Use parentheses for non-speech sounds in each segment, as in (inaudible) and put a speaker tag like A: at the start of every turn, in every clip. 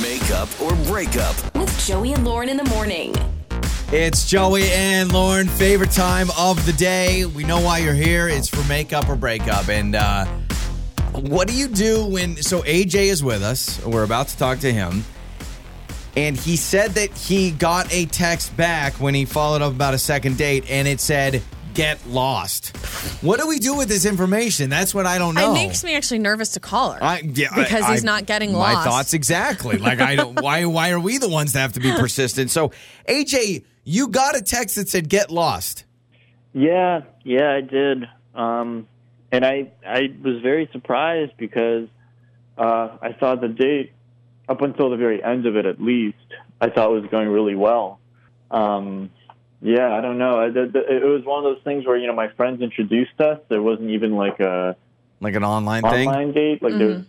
A: Makeup or breakup.
B: With Joey and Lauren in the morning.
C: It's Joey and Lauren, favorite time of the day. We know why you're here. It's for makeup or breakup. And uh, what do you do when. So AJ is with us. We're about to talk to him. And he said that he got a text back when he followed up about a second date, and it said, get lost. What do we do with this information? That's what I don't know.
D: It makes me actually nervous to call her.
C: Oh. I, yeah, I-
D: because
C: I-
D: he's not getting
C: my
D: lost.
C: thoughts e- exactly. Like I don't.
D: (laughs)
C: why? Why are we the ones that have to be persistent? So AJ, you got a text that said "get lost."
E: Yeah, yeah, I did. Um, and I I was very surprised because uh, I thought the date up until the very end of it, at least, I thought was going really well. Um, yeah, I don't know. I, the, the, it was one of those things where you know my friends introduced us. There wasn't even like a
C: Like an online, thing.
E: online date. Like there's,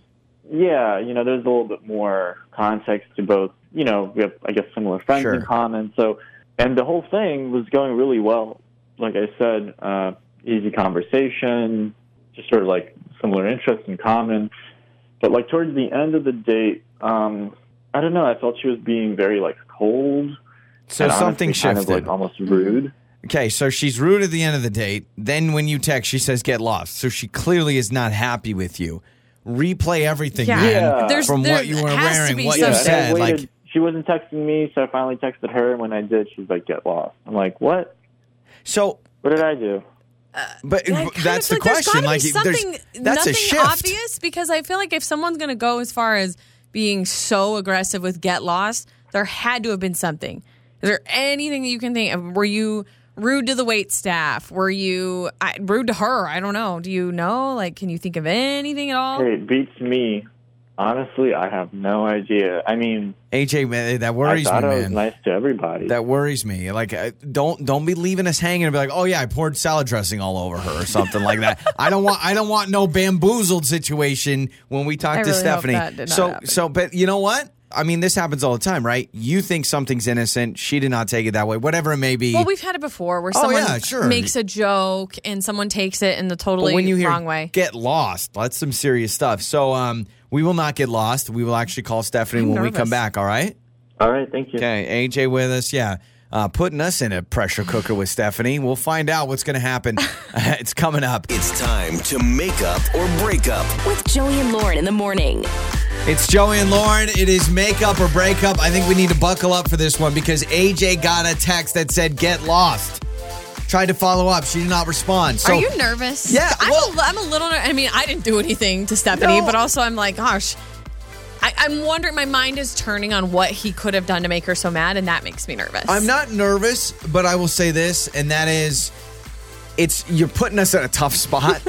E: yeah, you know, there's a little bit more context to both. You know, we have I guess similar friends
C: Sure.
E: in common. So, and the whole thing was going really well. Like I said, uh, easy conversation, just sort of like similar interests in common. But like towards the end of the date, um, I don't know. I felt she was being very like cold.
C: So
E: and
C: something
E: honestly
C: shifted.
E: kind of like almost rude.
C: okay, so she's rude at the end of the date. Then when you text, she says "get lost." So she clearly is not happy with you. Replay everything,
D: Yeah.
C: man.
E: Yeah.
D: There's-
C: from
D: there
C: what you were
D: has to
C: wearing,
D: be
C: what
E: Yeah,
C: you
E: and I
D: something.
C: said,
E: waited-
C: like.
E: she wasn't texting me, so I finally texted her. And when I did, she's like, "Get lost." I'm like, "What?
C: So,
E: What did I do?"
C: but
D: I kind
C: that's the
D: of feel like
C: question. Like,
D: There's
C: it-
D: gotta be
C: there's-
D: something,
C: that's
D: nothing
C: a shift.
D: obvious because I feel like if someone's going to go as far as being so aggressive with get lost, there had to have been something. Is there anything that you can think of? Were you rude to the wait staff? Were you I, rude to her? I don't know. Do you know? Like, can you think of anything at all?
E: Hey, it beats me. Honestly, I have no idea. I mean,
C: AJ, man, that
E: I
C: worries me,
E: thought I was
C: man.
E: nice to everybody.
C: That worries me. Like, I- don't don't be leaving us hanging and be like, oh yeah, I poured salad dressing all over her or something like
D: (laughs)
C: that. I don't want I don't want no bamboozled situation when we talk
D: I
C: to
D: really hope
C: Stephanie.
D: that did not
C: so
D: happen.
C: so, but you know what? I mean, this happens all the time, right? You think something's innocent, she did not take it that way, whatever it may be.
D: Well, we've had it before where
C: Oh,
D: someone
C: yeah, sure.
D: makes a joke and someone takes it in the totally
C: But when you hear
D: wrong way.
C: get lost, that's some serious stuff. So um, we will not get lost. We will actually call Stephanie
D: I'm
C: when we
D: nervous.
C: come back. All right.
E: All right, thank you.
C: Okay, AJ with us. Yeah. Uh, putting us in a pressure cooker with Stephanie. We'll find out what's going to
D: (laughs)
C: happen. (laughs) it's coming up.
A: It's time to make up or break up.
B: With Joey and Lauren in the morning.
C: It's Joey and Lauren. It is makeup or breakup. I think we need to buckle up for this one because AJ got a text that said, get lost. Tried to follow up. She did not respond. So
D: Are you nervous?
C: Yeah,
D: I'm,
C: well-
D: a, I'm a little. ner- I mean, I didn't do anything to Stephanie,
C: No.
D: but also I'm like, gosh, I, I'm wondering. My mind is turning on what he could have done to make her so mad, and that makes me nervous.
C: I'm not nervous, but I will say this, and that is, it's you're putting us in a tough
D: (laughs)
C: spot.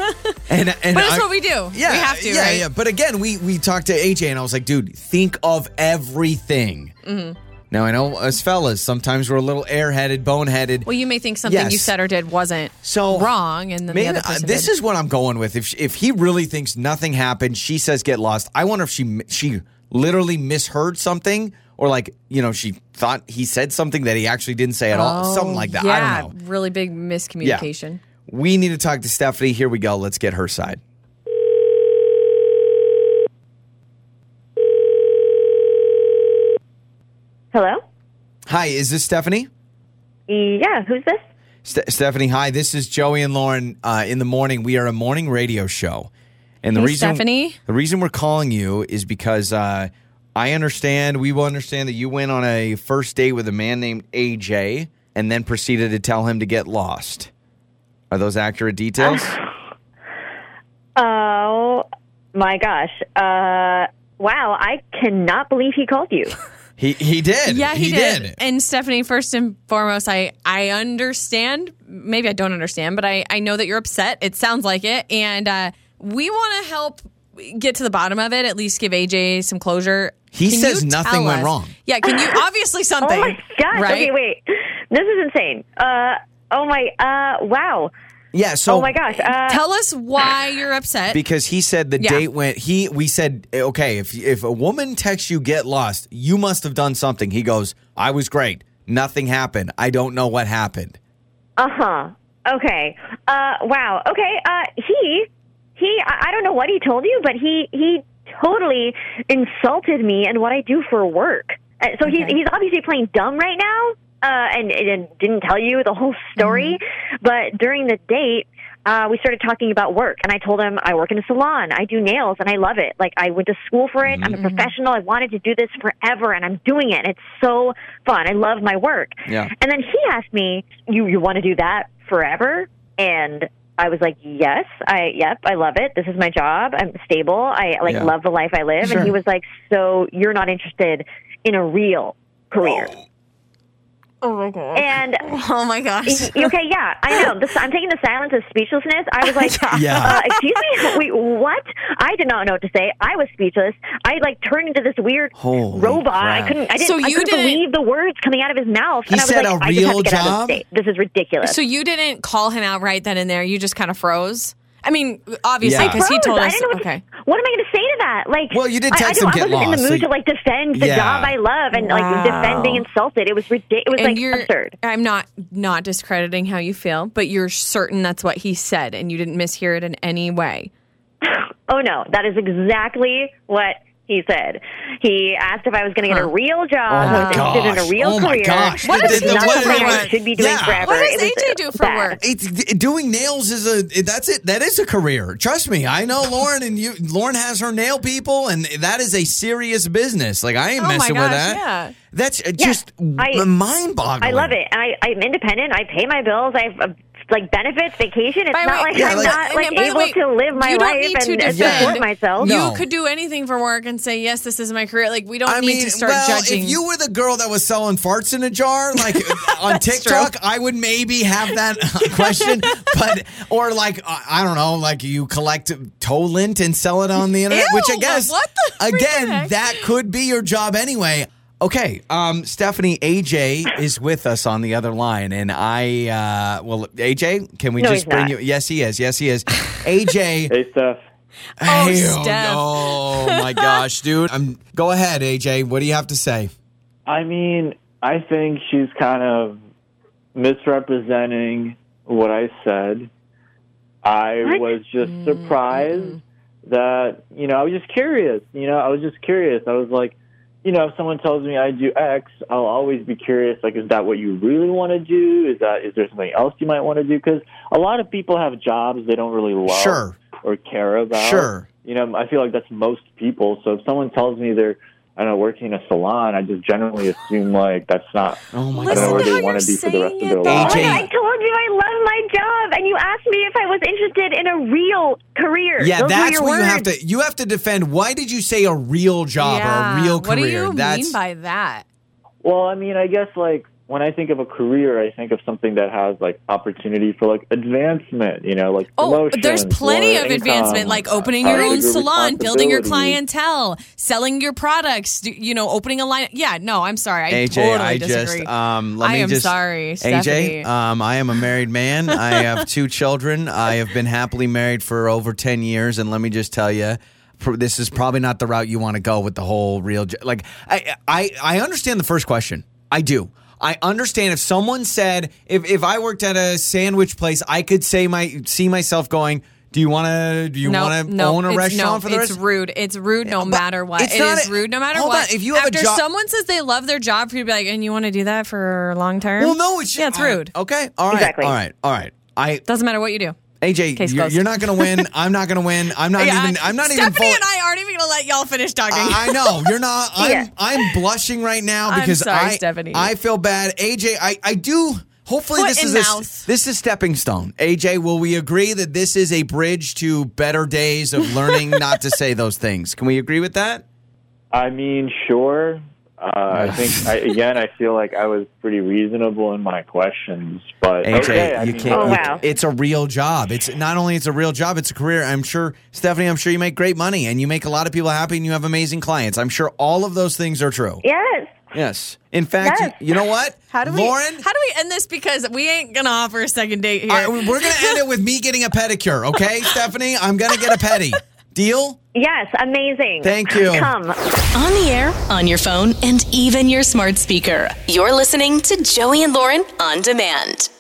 C: and, and
D: But it's
C: I-
D: what we do. We
C: Yeah,
D: have to,
C: Yeah,
D: right?
C: yeah. But again, we we talked to AJ, and I was like, dude, think of everything.
D: Mm-hmm.
C: Now I know as fellas, sometimes we're a little airheaded, boneheaded.
D: Well, you may think something you
C: Yes.
D: said or did wasn't
C: so
D: wrong, and then
C: maybe-
D: the other
C: uh,
D: person.
C: this
D: did.
C: is what I'm going with. If she, if he really thinks nothing happened, she says get lost. I wonder if she mi- she literally misheard something. Or like you know, she thought he said something that he actually didn't say at all, something like that.
D: Oh, Yeah,
C: I don't know.
D: really big miscommunication.
C: We need to talk to Stephanie. Here we go. Let's get her side.
F: Hello?
C: Hi, is this Stephanie?
F: Yeah, who's this?
C: Ste Stephanie, hi. This is Joey and Lauren uh, in the morning. We are a morning radio show, and the
D: Hey,
C: reason
D: Stephanie.
C: the reason we're calling you is because uh, I understand we will understand that you went on a first date with a man named AJ and then proceeded to tell him to get lost. Are those accurate details?
F: Oh my gosh. Uh wow, I cannot believe he called (laughs) you.
C: he he did.
D: Yeah, he, did. And Stephanie, first and foremost, I I understand. Maybe I don't understand, but I I know that you're upset. It sounds like it, and uh, we want to help get to the bottom of it. At least give AJ some closure.
C: He
D: you
C: says
D: tell
C: nothing went
D: us-
C: wrong.
D: Yeah, can you obviously something?
F: (laughs) oh my gosh.
D: Right?
F: Okay, wait. This is insane. Uh oh my uh wow.
C: yeah. So
F: Oh my gosh. Uh
D: Tell us why you're upset.
C: because he said the
D: Yeah.
C: date went he we said okay if if a woman texts you get lost you must have done something he goes i was great nothing happened i don't know what happened
F: uh-huh. Okay. Uh wow. Okay. Uh he he I, I don't know what he told you, but he he totally insulted me and what I do for work. Uh, so he's he's obviously playing dumb right now, uh, and, and didn't tell you the whole story. But during the date, uh, we started talking about work, and I told him I work in a salon, I do nails, and I love it. Like I went to school for it. I'm a professional. I wanted to do this forever, and I'm doing it. and It's so fun. I love my work.
C: Yeah.
F: And then he asked me, "You you want to do that forever?" And I was like, "Yes, I yep, I love it. This is my job. I'm stable. I like
C: Yeah.
F: love the life I live."
C: Sure.
F: And he was like, "So you're not interested in a real career?"
D: Oh my god.
F: And
D: (laughs) oh my gosh.
F: okay, yeah, I know. This, I'm taking the silence as speechlessness.
D: (laughs)
F: I was like,
C: Yeah.
F: uh, excuse me, (laughs) wait, what? I did not know what to say. I was speechless. I like turned into this weird
C: Holy
F: robot.
C: crap.
F: I couldn't. I didn't.
D: So
F: I
D: you
F: couldn't
D: didn't-
F: believe the words coming out of his mouth.
C: He
F: and I was
C: said
F: like,
C: a
F: I just have
C: real
F: to get
C: job?
F: Out of this, state. this is ridiculous.
D: So you didn't call him out right then and there. You just kind of froze. I mean, obviously,
C: Yeah.
D: because he
F: Rose,
D: told
F: I
D: us.
F: didn't know what,
D: okay.
F: what am I going to say to that? Like,
C: Well, you did
F: I- I,
C: text
F: don't-
C: him,
F: I
C: "Get
F: wasn't in
C: lost,"
F: the mood
C: so-
F: to like defend the
C: Yeah.
F: job I love and like
D: Wow.
F: defend being insulted. It was ridiculous. It was
D: And
F: like
D: you're,
F: absurd.
D: I'm not not discrediting how you feel, but you're certain that's what he said, and you didn't mishear it in any way.
F: Oh no, that is exactly what he said. He asked if I was going to get
D: Huh.
F: a real job,
C: Oh, my
F: I was interested in
C: gosh.
F: a real
C: Oh, my
F: career.
C: gosh. What
F: This
D: does
F: is
D: he
F: not
D: do for
F: something I
D: work?
F: should be doing
C: Yeah.
F: forever.
D: What does
F: It was
D: AJ do for
F: bad.
D: work?
C: It's doing nails is a that's it that is a career. Trust me, I know Lauren and you. Lauren has her nail people, and that is a serious business. Like I ain't
D: Oh my
C: messing with
D: gosh,
C: that.
D: yeah.
C: That's uh, just
F: I-
C: mind boggling.
F: I love it, and I, I'm independent. I pay my bills. I have uh, like benefits, vacation. It's
D: By the
F: not
D: way-
F: like
C: Yeah,
F: I'm
C: like-
F: not
D: and
F: like
D: by the
F: able
D: way,
F: to live my
D: you don't
F: life
D: need to
F: and, and
D: defend.
F: support myself.
C: No.
D: You could do anything for work and say yes, this is my career. Like we don't
C: I
D: need
C: mean,
D: to start
C: well,
D: judging.
C: if you were the girl that was selling farts in a jar,
D: (laughs)
C: like on TikTok, I would maybe have that uh, question. But or like uh, I don't know, like you collect toe lint and sell it on the internet,
D: Ew,
C: which I guess
D: what the freaking
C: again
D: heck?
C: that could be your job anyway. Okay, um, Stephanie, AJ is with us on the other line, and I, uh, well, AJ, can we
F: No,
C: just
F: he's
C: bring
F: not.
C: you? Yes, he is. Yes, he is.
D: (laughs)
C: AJ.
E: Hey, Steph.
D: Oh,
C: Ew,
D: Steph.
C: Oh my gosh, dude. I'm go ahead, AJ. What do you have to say?
E: I mean, I think she's kind of misrepresenting what I said. I
F: What?
E: was just surprised that, you know, I was just curious. You know, I was just curious. I was like, you know, if someone tells me I do X, I'll always be curious. Like, is that what you really want to do? Is that is there something else you might want to do? Because a lot of people have jobs they don't really love
C: Sure.
E: or care about.
C: Sure.
E: You know, I feel like that's most people. So if someone tells me they're, I don't know, working in a salon, I just generally assume like that's not.
C: Oh my
E: I don't know
D: Listen
E: where
D: to how
E: they
C: god.
E: want
D: you're
E: to be for the rest
D: saying
E: of their
D: it,
F: Oh
E: life.
F: my
C: AJ.
F: God, I told you I love my job, and you asked me if I was interested in a real career.
C: Yeah,
F: Those were
C: that's
F: your
C: where you have
F: words.
C: to you have to defend why did you say a real job or
D: Yeah.
C: a real career?
D: What do you
C: that's
D: mean by that?
E: Well, I mean, I guess like when I think of a career, I think of something that has like opportunity for like advancement. You know, like
D: Oh, there's
E: promotions,
D: plenty
E: more
D: of advancement,
E: income,
D: like opening your
E: higher
D: own
E: degree
D: salon, building your
E: responsibility.
D: clientele, selling your products, do- you know, opening a line. Yeah, no, I'm sorry. I
C: AJ,
D: totally
C: I
D: disagree.
C: just um let
D: I
C: me
D: am
C: just
D: sorry,
C: AJ,
D: Stephanie.
C: um I am a married
D: (laughs)
C: man. I have two children. I have been happily married for over 10 years and let me just tell you pr- this is probably not the route you want to go with the whole real jo- like I I I understand the first question. I do. I understand if someone said if if I worked at a sandwich place, I could say my see myself going do you want to? Do you
D: no,
C: want to
D: no,
C: own a
D: it's-
C: restaurant
D: no,
C: for the
D: it's
C: rest?
D: rude. It's rude no
C: but
D: matter what.
C: it's
D: It
C: not
D: is
C: a-
D: rude no matter
C: hold
D: what.
C: on, if you have a
D: After
C: job-
D: someone says they love their job, for you to be like, and you want to do that for long term?
C: Well, no, it's
D: yeah, it's
C: all right,
D: rude.
C: Okay, all right,
F: Exactly.
C: all right, all right. I
D: Doesn't matter what you do.
C: AJ,
D: Case
C: you're,
D: closed.
C: you're not going to
D: (laughs)
C: win. I'm not going to win. I'm not
D: Yeah,
C: even. I'm not
D: Stephanie
C: even. full-
D: and I aren't even gonna let y'all finish talking.
C: I I know you're
D: (laughs)
C: not. I'm,
F: Yeah.
C: I'm blushing right now
D: I'm
C: because
D: sorry,
C: I
D: Stephanie.
C: I feel bad. AJ, I I do. Hopefully
D: Foot
C: this
D: and
C: is a s-
D: mouth.
C: this is stepping stone. AJ, will we agree that this is a bridge to better days of
D: (laughs)
C: learning not to say those things? Can we agree with that?
E: I mean, sure. Uh, I think
C: (laughs)
E: I, again, I feel like I was pretty reasonable in my questions, but
C: AJ,
E: okay, I
C: you
E: mean,
C: can't.
F: Oh,
C: you-
F: wow.
C: It's a real job. It's not only it's a real job, it's a career. I'm sure, Stephanie. I'm sure you make great money and you make a lot of people happy and you have amazing clients. I'm sure all of those things are true.
F: Yes.
C: Yes. In fact,
F: Yes.
C: you, you know what?
D: (laughs) How do we?
C: Lauren,
D: How do we end this? Because we ain't gonna offer a second date here.
C: I- we're going to end it with me getting a pedicure, okay, (laughs) Stephanie? I'm going to get a pedi. Deal?
F: Yes. Amazing.
C: Thank you.
F: Come.
B: On the air, on your phone, and even your smart speaker. You're listening to Joey and Lauren on demand.